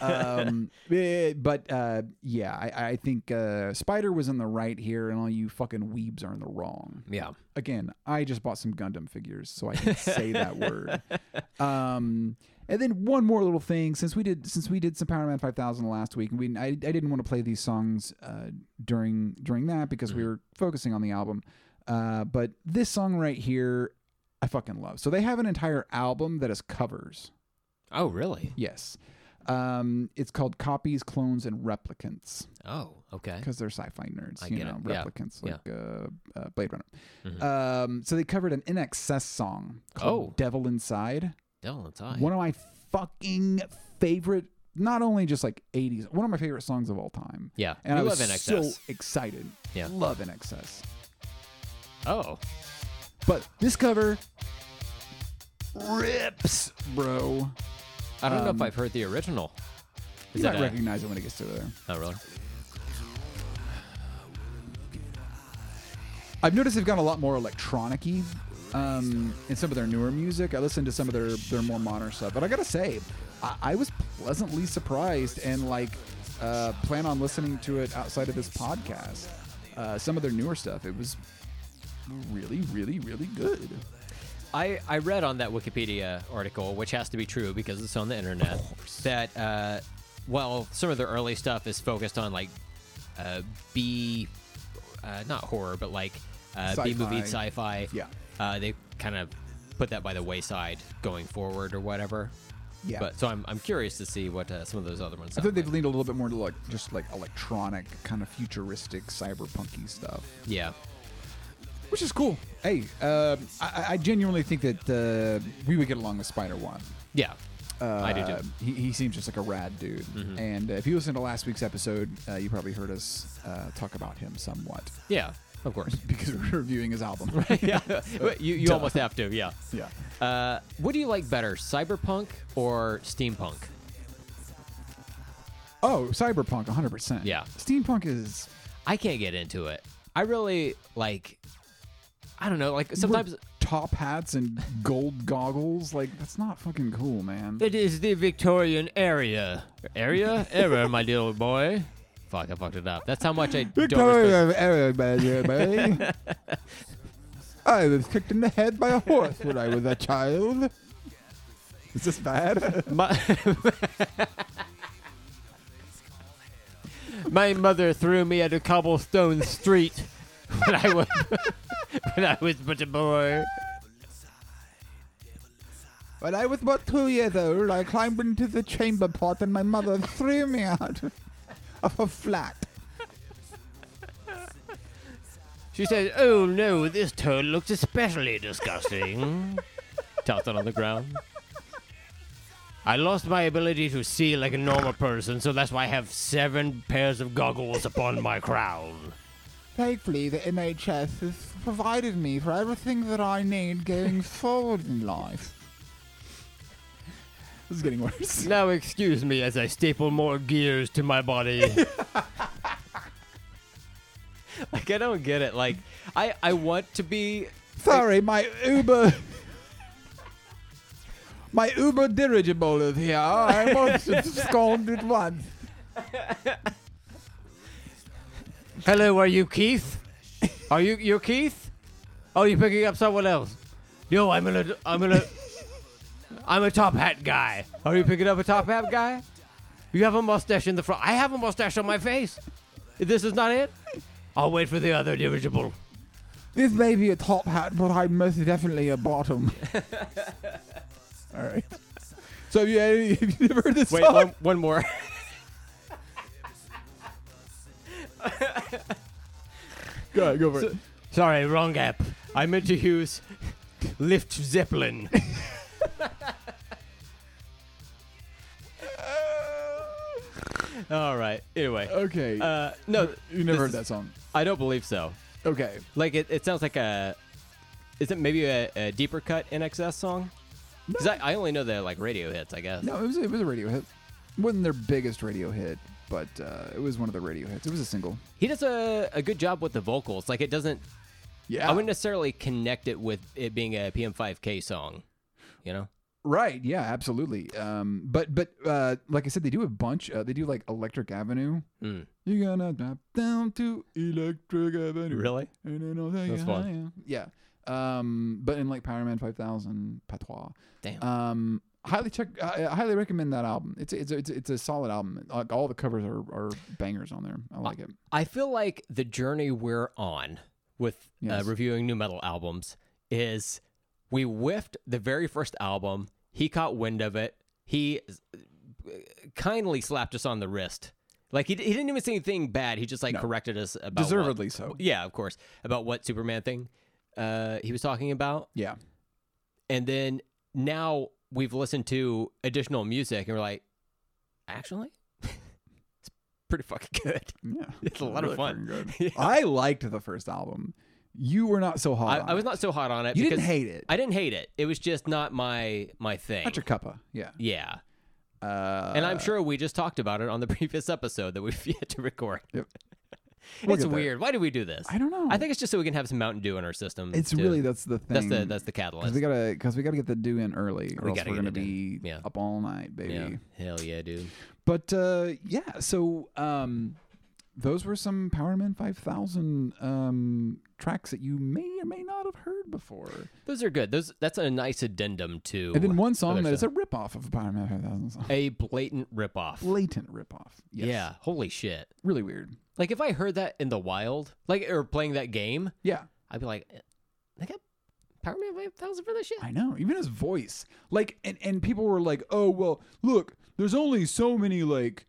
A: um, eh, but uh, yeah, I, I think uh, Spider was in the right here, and all you fucking weebs are in the wrong.
B: <laughs> yeah.
A: Again, I just bought some Gundam figures, so I can say that word. Um, and then one more little thing, since we did since we did some Power Man Five Thousand last week, and we I, I didn't want to play these songs uh, during during that because we were focusing on the album. Uh, but this song right here, I fucking love. So they have an entire album that is covers.
B: Oh, really?
A: Yes. Um, it's called Copies, Clones, and Replicants
B: Oh, okay.
A: because they're sci-fi nerds.
B: I
A: you
B: get
A: know,
B: it. Yeah. Mm-hmm.
A: replicants like Uh, uh, Blade Runner. Um, so they covered an NXS song called
B: Oh.
A: "Devil Inside."
B: Devil Inside.
A: One of my fucking favorite, not only just like '80s, one of my favorite songs of all time.
B: Yeah,
A: and
B: we
A: I
B: love
A: was
B: NXS.
A: so excited.
B: Yeah.
A: love NXS.
B: oh,
A: But this cover rips, bro.
B: I don't know if I've heard the original. Is
A: You might
B: that a,
A: recognize it when it gets to there.
B: oh, really?
A: I've noticed they've got a lot more electronic-y um, in some of their newer music. I listened to some of their, their more modern stuff, but I gotta say, I, I was pleasantly surprised and like uh, plan on listening to it outside of this podcast. Uh, some of their newer stuff, it was really, really, really good.
B: I, I read on that Wikipedia article, which has to be true because it's on the internet, that uh, while some of their early stuff is focused on like uh, B uh, not horror, but like uh,
A: Sci-fi.
B: B movie sci-fi.
A: Yeah.
B: Uh, they kind of put that by the wayside going forward or whatever.
A: Yeah.
B: But so I'm, I'm curious to see what uh, some of those other ones.
A: I
B: sound
A: think they've
B: like.
A: leaned a little bit more to like just like electronic, kind of futuristic, cyberpunky stuff,
B: Yeah.
A: which is cool. Hey, um, I- I, I genuinely think that uh, we would get along with Spider One.
B: Yeah.
A: Uh,
B: I do too. Mm-hmm.
A: He, he seems just like a rad dude. And uh, if you listen to last week's episode, uh, you probably heard us uh, talk about him somewhat <laughs>
B: Yeah. Of course.
A: because we're reviewing his album.
B: <laughs> yeah. <laughs> But you, you almost have to. Yeah.
A: <laughs> yeah.
B: Uh, what do you like better, cyberpunk or steampunk?
A: Oh, cyberpunk, 100%.
B: Yeah.
A: Steampunk is
B: I can't get into it. I really like. I don't know. Like sometimes
A: wear top hats and gold goggles. Like that's not fucking cool, man.
B: It is the Victorian area. <laughs> Area? Era, my little boy. Fuck, I fucked it up. That's how much I don't respect. <laughs>
A: everybody. I was kicked in the head by a horse when I was a child. Is this bad?
B: <laughs> My, my mother threw me at a cobblestone street when I was <laughs> when I was but a boy.
A: When I was about two years old, I climbed into the chamber pot and my mother <laughs> threw me out <laughs> of a flat.
B: She says, "Oh no, this toad looks especially <laughs> disgusting." Tossed it on the ground. I lost my ability to see like a normal person, so that's why I have seven pairs of goggles upon my crown.
A: Thankfully, the NHS has provided me for everything that I need <laughs> going forward in life. This is getting worse.
B: Now excuse me as I staple more gears to my body. <laughs> like I don't get it. Like I I want to be
A: <laughs> Sorry, my Uber. <laughs> My Uber dirigible is here. I almost <laughs> scorned it once.
B: Hello, are you Keith? Are you you Keith? Oh, you picking up someone else? Yo, I'm gonna I'm gonna I'm a top hat guy. Are you picking up a top hat guy? You have a mustache in the front. I have a mustache on my face. This is not it. I'll wait for the other dirigible.
A: This may be a top hat, but I'm most definitely a bottom. All right. So have <laughs> you, have you never heard this song?
B: one more.
A: Go, ahead, go for it.
B: <laughs> Sorry, wrong app. I meant to use Lift Zeppelin. <laughs> All right. Anyway.
A: Okay.
B: Uh, no,
A: you never heard
B: this
A: that song.
B: I don't believe so.
A: Okay.
B: Like it, it sounds like a. Is it maybe a, a deeper cut NXS song? Because I, I only know the like radio hits, I guess.
A: No, it was it was a radio hit. wasn't their biggest radio hit, but uh, it was one of the radio hits. It was a single.
B: He does a, a good job with the vocals. Like it doesn't.
A: Yeah.
B: I wouldn't necessarily connect it with it being a PM5K song. You know.
A: Right. Yeah. Absolutely. Um. But but uh, like I said, they do a bunch. Uh, they do like Electric Avenue.
B: Mm.
A: You're gonna drop down to Electric Avenue.
B: Really?
A: And then I'll take
B: That's
A: you
B: fun.
A: higher. Yeah. Um. But in like Power Man 5000, Patois.
B: Damn.
A: Um. Highly check. I, I highly recommend that album. It's it's it's, it's a solid album. Like all the covers are, are bangers on there. I like it.
B: I feel like the journey we're on with
A: Yes.
B: uh, reviewing new metal albums is we whiffed the very first album. He caught wind of it. He uh, kindly slapped us on the wrist. Like he, he didn't even say anything bad. He just like corrected us about what-
A: Deservedly so.
B: yeah, of course, about what Superman thing uh, he was talking about.
A: Yeah.
B: And then now we've listened to additional music and we're like, actually, <laughs> it's pretty fucking good. <laughs>
A: Yeah.
B: It's a lot of fun. <laughs>
A: freaking
B: Yeah.
A: good. I liked the first album. You were not so
B: I,
A: hot. on
B: I
A: it.
B: was not so hot on it.
A: You
B: because
A: didn't hate it.
B: I didn't hate it. It was just not my my thing.
A: Not your cuppa. Yeah.
B: yeah,
A: Uh,
B: and I'm sure we just talked about it on the <laughs> previous episode <laughs> that we've yet to record. <laughs>
A: Yep. We'll
B: it's
A: get there.
B: weird. Why do we do this?
A: I don't know.
B: I think it's just so we can have some Mountain Dew in our system.
A: it's
B: to-
A: really that's the
B: that's
A: thing.
B: the that's the
A: because
B: catalyst.
A: we gotta because we gotta get the do in early, or
B: We
A: else
B: gotta
A: we're
B: get
A: gonna
B: it in.
A: be
B: Yeah.
A: up all night, baby.
B: yeah. Hell yeah, dude.
A: But uh, yeah, so um, those were some Power Man 5000 um, tracks that you may or may not have heard before.
B: Those are good. Those that's a nice addendum to
A: And then one song
B: other
A: that is a
B: stuff.
A: ripoff of a Pyramid 5000 song.
B: a blatant ripoff.
A: Blatant ripoff. Yes.
B: Yeah, holy shit.
A: Really weird.
B: Like if I heard that in the wild, like or playing that game,
A: Yeah.
B: I'd be like, "Eh, they got Power Man 5000 for this shit.
A: I know. Even his voice. Like and, and people were like, "Oh, well, look, there's only so many like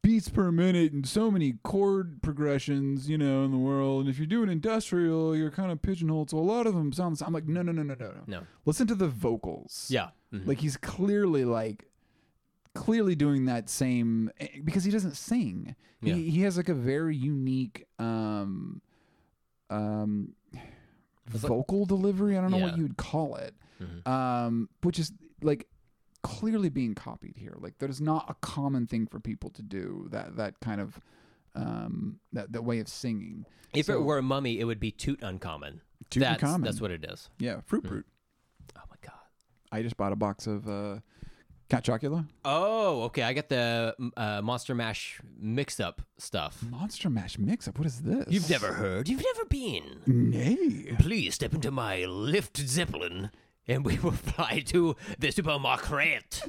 A: beats per minute and so many chord progressions, you know, in the world. And if you're doing industrial, you're kind of pigeonholed. So a lot of them sound I'm like, "No, no, no, no, no, no."
B: No.
A: Listen to the vocals.
B: Yeah. Mhm.
A: Like he's clearly like clearly doing that same eh, because he doesn't sing.
B: Yeah.
A: He he has like a very unique um um
B: like-
A: vocal delivery. I don't know what
B: Yeah.
A: you'd call it.
B: Mhm.
A: Um which is like clearly being copied here. Like there's not a common thing for people to do that that kind of um that, that way of singing.
B: If
A: so-
B: it were a mummy, it would be toot uncommon.
A: Toot
B: that's,
A: uncommon.
B: That's what it is.
A: Yeah, fruit brute.
B: Oh my god.
A: I just bought a box of uh Cat Chocula.
B: Oh, okay. I got the mm, uh, Monster Mash mix-up stuff.
A: Monster Mash mix up. What is this?
B: You've never heard. You've never been.
A: Nay.
B: Please step into my lift zeppelin, and we will <laughs> fly to the supermarket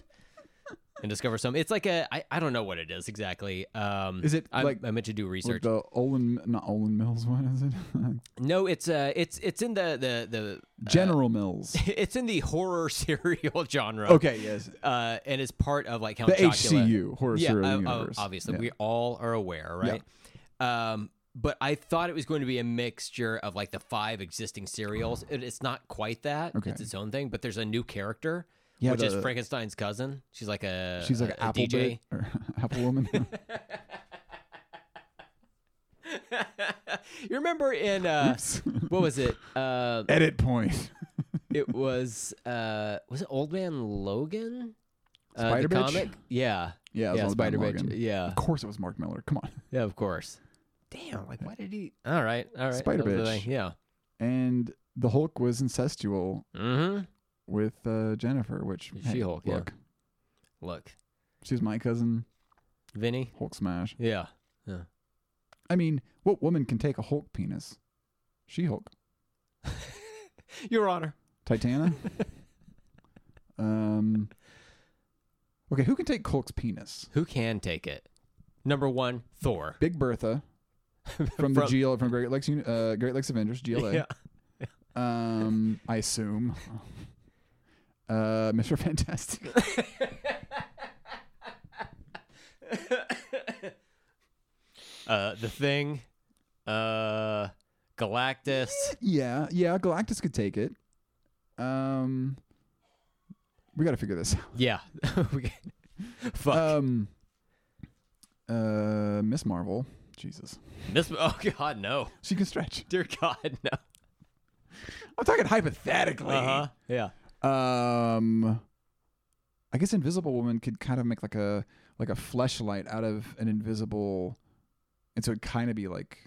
B: and discover some. It's like a I, I don't know what it is exactly. Um,
A: Is it
B: I,
A: like-
B: I meant to do research?
A: Like the Olin, not Olin Mills <laughs> one, is it?
B: no, it's uh, it's it's in the the the
A: General Mills.
B: it's in the <laughs> horror serial genre.
A: Okay, yes.
B: uh, and it's part of like Count
A: The
B: Chocula.
A: HCU, Horror
B: yeah,
A: Serial
B: uh, uh,
A: Universe.
B: obviously
A: Yeah.
B: we all are aware, right? Um, but I thought it was going to be a mixture of like the five existing serials. It, it's not quite that;
A: Okay.
B: it's its own thing. But there's a new character,
A: Yeah,
B: which is uh,
A: the-
B: Frankenstein's cousin. She's like a
A: She's like
B: a,
A: an
B: a
A: apple
B: DJ.
A: bit- or <laughs> apple woman.
B: <laughs> you remember in uh,
A: Oops.
B: what was it? Uh,
A: Edit
B: <laughs>
A: point.
B: it was uh, was it Old Man Logan? Uh, the
A: Spider Bitch?
B: comic, yeah,
A: Yeah, it was
B: yeah,
A: Old Man
B: Spider Bitch,
A: Logan.
B: yeah.
A: Of course, it was Mark Miller. Come on.
B: Yeah, of course. Damn, like why did he? All right, all right.
A: Spider
B: that was the
A: bitch.
B: thing, Yeah.
A: And the Hulk was incestual
B: Mm-hmm.
A: with uh, Jennifer, which hey,
B: She-Hulk, yeah.
A: Look,
B: Look,
A: she's my cousin.
B: Vinny.
A: Hulk smash.
B: Yeah.
A: I mean, what woman can take a Hulk penis? She-Hulk.
B: Your Honor. <laughs>
A: Titana. um. Okay, who can take Hulk's penis?
B: Who can take it? Number one, Thor.
A: Big
B: <laughs>
A: Bertha from the
B: From-
A: GL from Great Lakes Uni- uh, Great Lakes Avengers
B: <laughs>
A: GLA. Um, I assume. Uh, Mr. Fantastic.
B: Uh, the Thing. Uh, Galactus.
A: yeah, yeah. Galactus could take it. Um, we got to figure this out.
B: Yeah. <laughs> We can- <laughs> Fuck.
A: Um, uh, Miss Marvel. Jesus,
B: Miss. <laughs> Oh God, no.
A: she can stretch.
B: Dear God, no.
A: I'm talking hypothetically.
B: Uh-huh. Yeah.
A: Um, I guess Invisible Woman could kind of make like a like a fleshlight out of an invisible, and so it'd kind of be like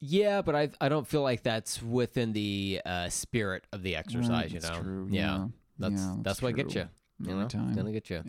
B: Yeah, but I I don't feel like that's within the uh, spirit of the exercise.
A: Right,
B: you
A: that's
B: know,
A: true,
B: yeah,
A: yeah.
B: that's
A: Yeah,
B: that's,
A: that's
B: what gets
A: true.
B: you. You
A: Every
B: know,
A: time.
B: that'll get you.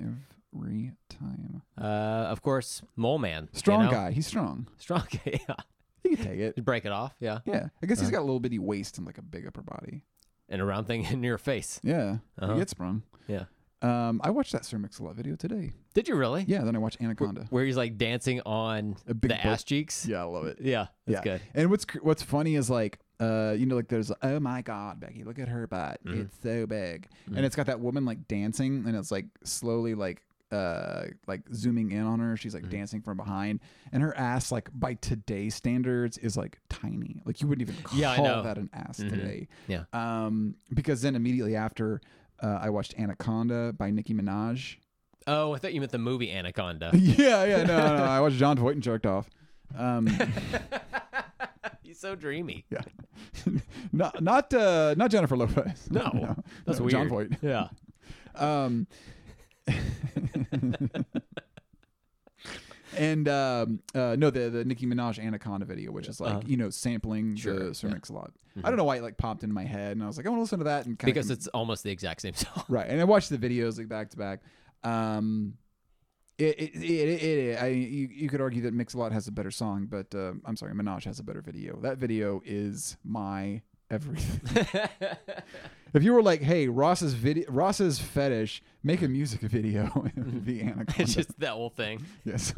A: every time.
B: Uh, of course, mole man, you
A: Strong
B: know?
A: guy, he's strong.
B: strong <laughs> guy. Yeah,
A: He can take
B: <laughs>
A: it.
B: Just break it off. Yeah,
A: Yeah, I
B: Uh-huh.
A: guess he's got a little bitty waist and like a big upper body.
B: and a round thing in your face.
A: Yeah,
B: Uh-huh.
A: he gets sprung.
B: Yeah.
A: Um, I watched that Sir Mix-a-Lot video today.
B: Did you really?
A: Yeah, then I watched Anaconda.
B: Where he's like dancing on
A: A big
B: the
A: butt.
B: ass cheeks.
A: Yeah, I love it.
B: Yeah, that's
A: yeah.
B: good.
A: And what's cr- what's funny is like, uh, you know, like there's oh my god, Becky, look at her butt,
B: Mm-hmm.
A: it's so big, and it's got that woman like dancing, and it's like slowly like uh like zooming in on her she's
B: Mm-hmm.
A: like dancing from behind and her ass like by today's standards is like tiny like you wouldn't even call
B: Yeah, I know. Mm-hmm.
A: that an ass today
B: Yeah.
A: um because then immediately after uh, i watched anaconda by nicki minaj <laughs>
B: Oh, I thought you meant the movie Anaconda.
A: yeah yeah no no i watched john voight and jerked off um
B: he's so dreamy.
A: Yeah. not not uh, not Jennifer Lopez.
B: No,
A: <laughs>
B: that's
A: No,
B: weird.
A: John Voight.
B: Yeah.
A: Um, <laughs> and um, uh, no, the the Nicki Minaj Anaconda video, which is like
B: Uh-huh. you
A: you know sampling
B: Sure,
A: the Sir
B: yeah. Mm-hmm.
A: Mix-a-Lot. I don't know why it like popped into my head, and I was like, I want to listen to that and kind <laughs>
B: Because it's almost the exact same song. <laughs>
A: right. And I watched the videos like back to back. Um, It it, it, it, it I you, you could argue that Mix-a-Lot has a better song, but uh, I'm sorry, Minaj has a better video. That video is my everything. if you were like, "Hey, Ross's video, Ross's fetish, make a music video," <laughs> it would be Anaconda.
B: Mm-hmm. <laughs> it's just that whole thing.
A: Yes.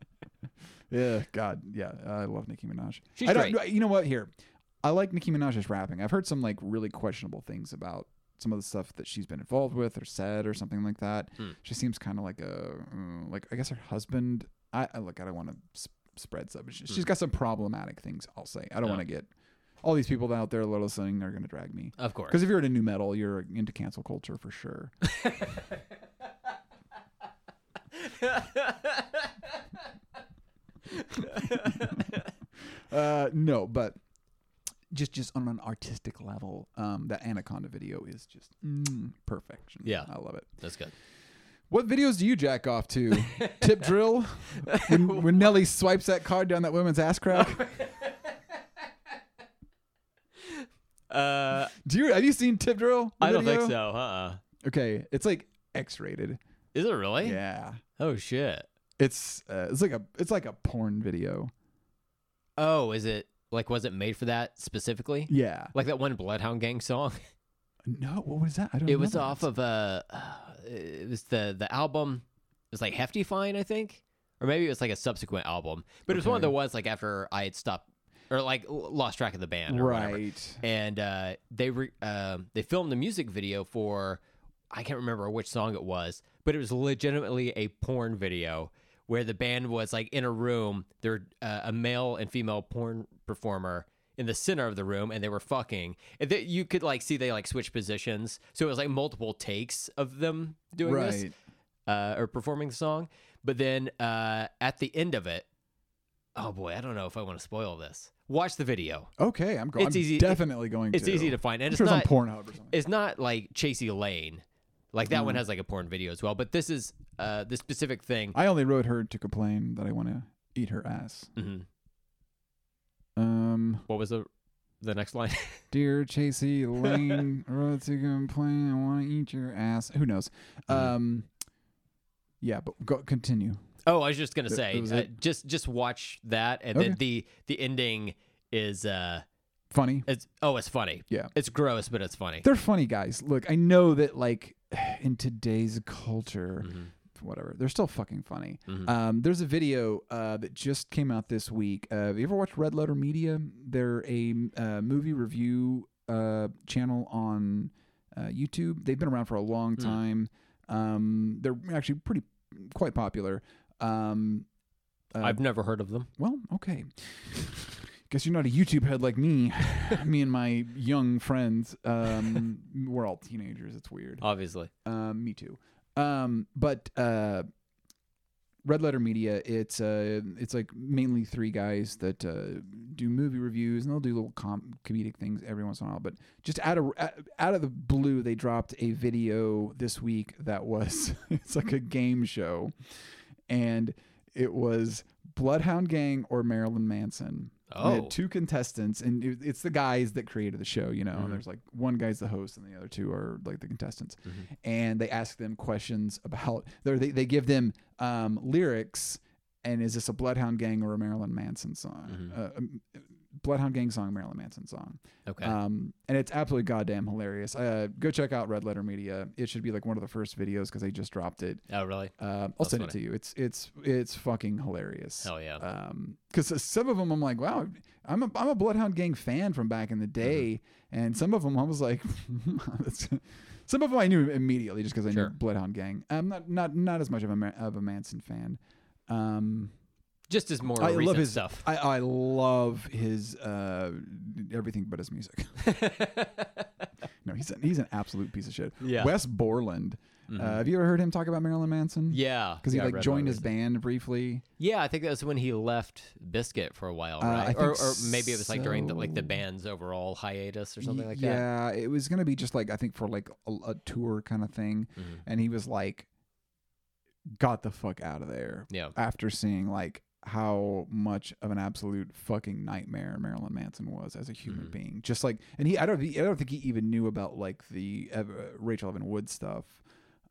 A: <laughs> yeah, God, yeah, I love Nicki Minaj.
B: She's
A: I don't,
B: great.
A: You know what? Here, I like Nicki Minaj's rapping. I've heard some like really questionable things about some of the stuff that she's been involved with or said or something like that.
B: Hmm.
A: She seems kind of like a mm, like I guess her husband. I, I look, I don't want to sp- spread stuff. She, She's got some problematic things. I'll say. I don't
B: Hmm. Yeah.
A: want to get all these people out there listening are going to drag me.
B: Of course.
A: Because if you're into new metal, you're into cancel culture for
B: <laughs>
A: sure. uh, no, but just just on an artistic level, um, that Anaconda video is just mm, perfection.
B: Yeah.
A: I love it.
B: That's good.
A: What videos do you jack off to? Tip drill,
B: <laughs>
A: when, when Nelly swipes that card down that woman's ass crack.
B: Uh,
A: Do you have you seen Tip drill? the
B: I don't think
A: video?
B: so. Uh-uh.
A: Okay, it's like X-rated.
B: Is it really?
A: Yeah,
B: Oh shit.
A: it's uh, it's like a it's like a porn video.
B: Oh, is it like was it made for that specifically?
A: Yeah.
B: Like that one Bloodhound Gang song.
A: No, what was that? I don't.
B: It was
A: know that.
B: off of uh, <sighs> uh, it was the the album. It was like Hefty Fine, I think, or maybe it was like a subsequent album. But it was one of
A: Okay.
B: the ones like after I had stopped or like l- lost track of the band, or Whatever.
A: right.
B: And uh, they re- um they filmed the music video for I can't remember which song it was, but it was legitimately a porn video where the band was like in a room. There were uh, a male and female porn performer in the center of the room, and they were fucking. And they, you could like see they like switched positions, so it was like multiple takes of them doing this
A: Right.
B: uh, or performing the song. But then uh, at the end of it, oh boy, I don't know if I want to spoil this. Watch the video.
A: Okay, I'm going.
B: It's
A: I'm
B: easy-
A: Definitely going.
B: It's
A: to.
B: easy to find, and
A: I'm
B: it's
A: sure
B: not
A: it's on Pornhub or something.
B: it's not like Chasey Lane. Like that
A: Mm-hmm.
B: one has like a porn video as well, but this is uh this specific thing.
A: I only wrote her to complain that I want to eat her ass.
B: Mhm. Mm.
A: Um,
B: What was the the next line?
A: dear Chasey Lane, <laughs> wrote to complain I want to eat your ass. Who knows?
B: Mm.
A: Um, yeah, but go continue.
B: <laughs> oh, I was just gonna
A: That-
B: say,
A: that was
B: uh,
A: it?
B: just just watch that, and then
A: Okay.
B: the the ending is uh
A: Funny.
B: it's oh it's funny.
A: Yeah.
B: it's gross, but it's funny.
A: They're funny guys. Look, I know that like <sighs> in today's culture,
B: Mhm.
A: whatever, they're still fucking funny.
B: Mhm.
A: Um, there's a video uh, that just came out this week. Uh, have you ever watched Red Letter Media? They're a uh, movie review uh, channel on uh, YouTube. They've been around for a long
B: Hmm.
A: time. Um, they're actually pretty quite popular. Um, uh,
B: I've never heard of them.
A: well, okay. <laughs> Guess you're not a YouTube head like me. <laughs> me and my young friends. Um, we're all teenagers. It's weird.
B: Obviously,
A: Um, me too. Um, but uh, Red Letter Media, it's uh, it's like mainly three guys that uh, do movie reviews and they'll do little com- comedic things every once in a while. But just out of uh, out of the blue, they dropped a video this week that was <laughs> it's like a game show, and it was Bloodhound Gang or Marilyn Manson. And They
B: Oh.
A: had two contestants, and it, it's the guys that created the show, you know.
B: Mhm.
A: And there's like one guy's the host, and the other two are like the contestants.
B: Mm-hmm.
A: And they ask them questions about, they're- they, they give them um, lyrics, and is this a Bloodhound Gang or a Marilyn Manson song?
B: Mhm.
A: Uh, um, Bloodhound Gang song, Marilyn Manson song.
B: okay.
A: Um, and it's absolutely goddamn hilarious. Uh, go check out Red Letter Media. It should be like one of the first videos because they just dropped it.
B: oh really?
A: Um, I'll
B: That's
A: send it to
B: funny.
A: you. It's it's it's fucking hilarious
B: Hell yeah.
A: because Um, some of them I'm like, wow, I'm a I'm a Bloodhound Gang fan from back
B: Mm-hmm.
A: in the day, and some of them I was like, <laughs> that's- some of them I knew immediately just because I
B: Sure.
A: knew Bloodhound Gang. I'm not not not as much of a Ma- of a Manson fan. Um,
B: just as more
A: I
B: recent
A: love his
B: stuff.
A: I I love his uh everything but his
B: <laughs>
A: music. no, he's an, he's an absolute piece of shit.
B: Yeah. Mm-hmm.
A: Wes Borland. Uh, have you ever heard him talk about Marilyn Manson?
B: yeah,
A: Because he
B: yeah, I read
A: like
B: about
A: joined
B: it
A: his band briefly.
B: Yeah, I think that was when he left Biscuit for a while,
A: Uh, I
B: right? or,
A: think
B: or maybe it was like during the, like the
A: so.
B: band's overall hiatus or something like that.
A: yeah, it was gonna be just like I think for like a, a tour kind of thing,
B: Mhm.
A: and he was like, "Got the fuck out of there!"
B: Yeah.
A: After seeing like how much of an absolute fucking nightmare Marilyn Manson was as a human
B: Mhm.
A: being, just like, and he I don't I don't think he even knew about like the uh, Rachel Evan Wood stuff.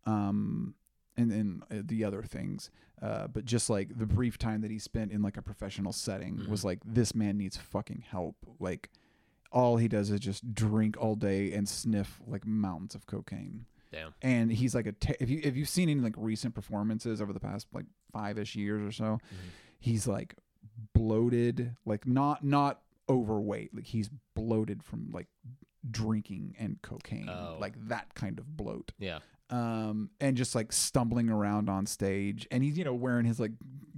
A: Um, and then uh, the other things. Uh, but just like the brief time that he spent in like a professional setting was like this man needs fucking help. Like all he does is just drink all day and sniff like mountains of cocaine.
B: Damn.
A: And he's like a te- if you if you've seen any like recent performances over the past like five ish years or so, he's like bloated, like not not overweight, like he's bloated from like drinking and cocaine,
B: Oh.
A: like that kind of bloat
B: Yeah.
A: um, and just like stumbling around on stage. And he's, you know, wearing his like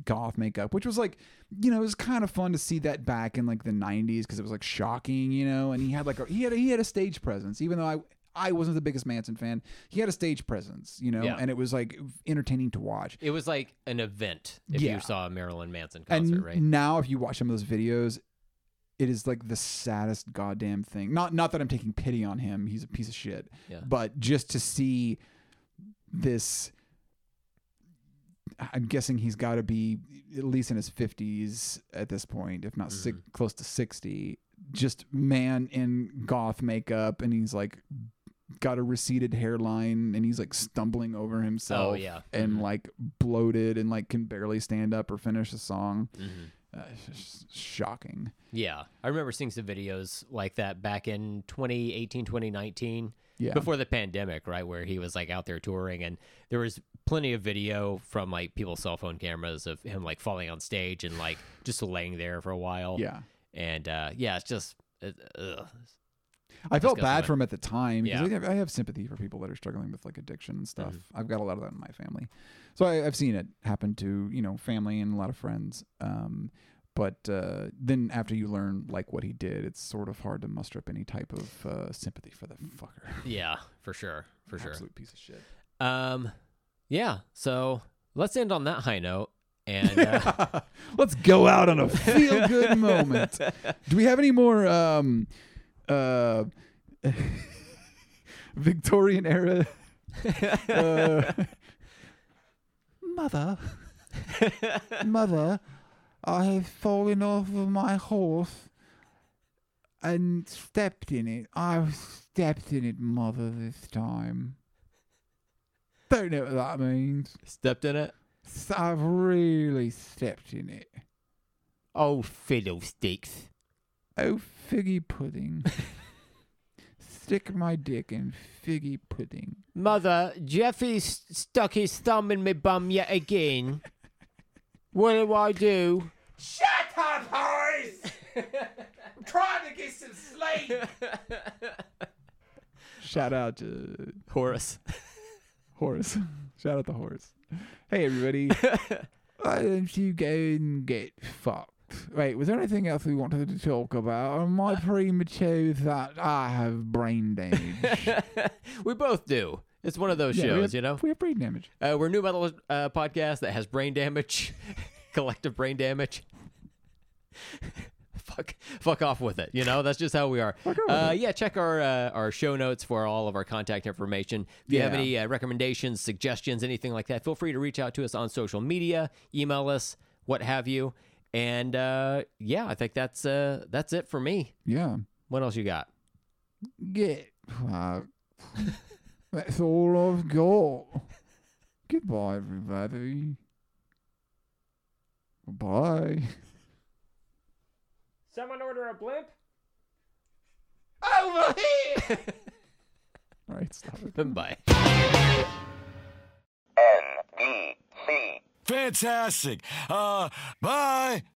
A: goth makeup, which was like, you know, it was kind of fun to see that back in like the 90s because it was like shocking, you know. And he had like, a, he had a, he had a stage presence, even though I, I wasn't the biggest Manson fan. He had a stage presence, you know,
B: Yeah.
A: and it was like entertaining to watch.
B: It was like an event if
A: Yeah.
B: you saw a Marilyn Manson concert,
A: and
B: right?
A: now, if you watch some of those videos, it is like the saddest goddamn thing. Not not that I'm taking pity on him; he's a piece of shit.
B: Yeah.
A: But just to see this, I'm guessing he's got to be at least in his 50s at this point, if not six,
B: Mm-hmm.
A: close to 60. Just man in goth makeup, and he's like got a receded hairline, and he's like stumbling over himself,
B: yeah.
A: and
B: Mhm.
A: like bloated, and like can barely stand up or finish a song.
B: Mhm.
A: Uh, it's just shocking.
B: Yeah. I remember seeing some videos like that back in 2018, 2019.
A: Yeah.
B: before the pandemic, right, where he was like out there touring, and there was plenty of video from like people's cell phone cameras of him like falling on stage and like just laying there for a while.
A: yeah.
B: and uh, yeah, it's just it, ugh.
A: I felt
B: Disgusting.
A: bad for him at the time because
B: Yeah. Mm-hmm.
A: I, have, I have sympathy for people that are struggling with like addiction and stuff. I've got a lot of that in my family, so I, I've seen it happen to you know family and a lot of friends. Um, but uh, then after you learn like what he did, it's sort of hard to muster up any type of uh, sympathy for that fucker.
B: yeah, for sure, for sure.
A: Absolute piece of shit.
B: Um, yeah. So let's end on that high note.
A: <laughs>
B: And uh,
A: Let's go out on a feel good moment. Do we have any more um, uh, <laughs> Victorian era? Uh, mother, mother, I have fallen off of my horse and stepped in it. I've stepped in it, mother, this time. Don't know what that means.
B: stepped in it.
A: S- I've really stepped in it.
B: Oh, fiddlesticks.
A: Oh, figgy pudding. Stick my dick in figgy pudding.
B: Mother, Jeffy's stuck his thumb in my bum yet again. What do I do?
C: Shut up, Horace! I'm trying to get some sleep.
A: Shout out to
B: Horace.
A: Horace. <laughs> Shout out to Horace. Hey, everybody. Why don't you go and get fucked? Wait, was there anything else we wanted to talk about? Am I premature that I have brain damage?
B: <laughs> we both do. It's one of those
A: Yeah, we
B: shows,
A: have-
B: you know?
A: We have brain damage.
B: Uh, we're a new metal uh, podcast that has brain damage, <laughs> collective brain damage. <laughs> fuck, fuck off with it. You know, that's just how we are. Uh, yeah, check our uh, our show notes for all of our contact information. If you have
A: Yeah.
B: any uh, recommendations, suggestions, anything like that, feel free to reach out to us on social media, email us, what have you. And uh, yeah, I think that's uh, that's it for me.
A: Yeah.
B: What else you got?
A: get fucked. That's all I've got. Goodbye, everybody. Bye. <laughs>
C: Someone order a blimp?
A: Over here. all right, stop it.
B: Bye.
D: Fantastic. Uh, bye.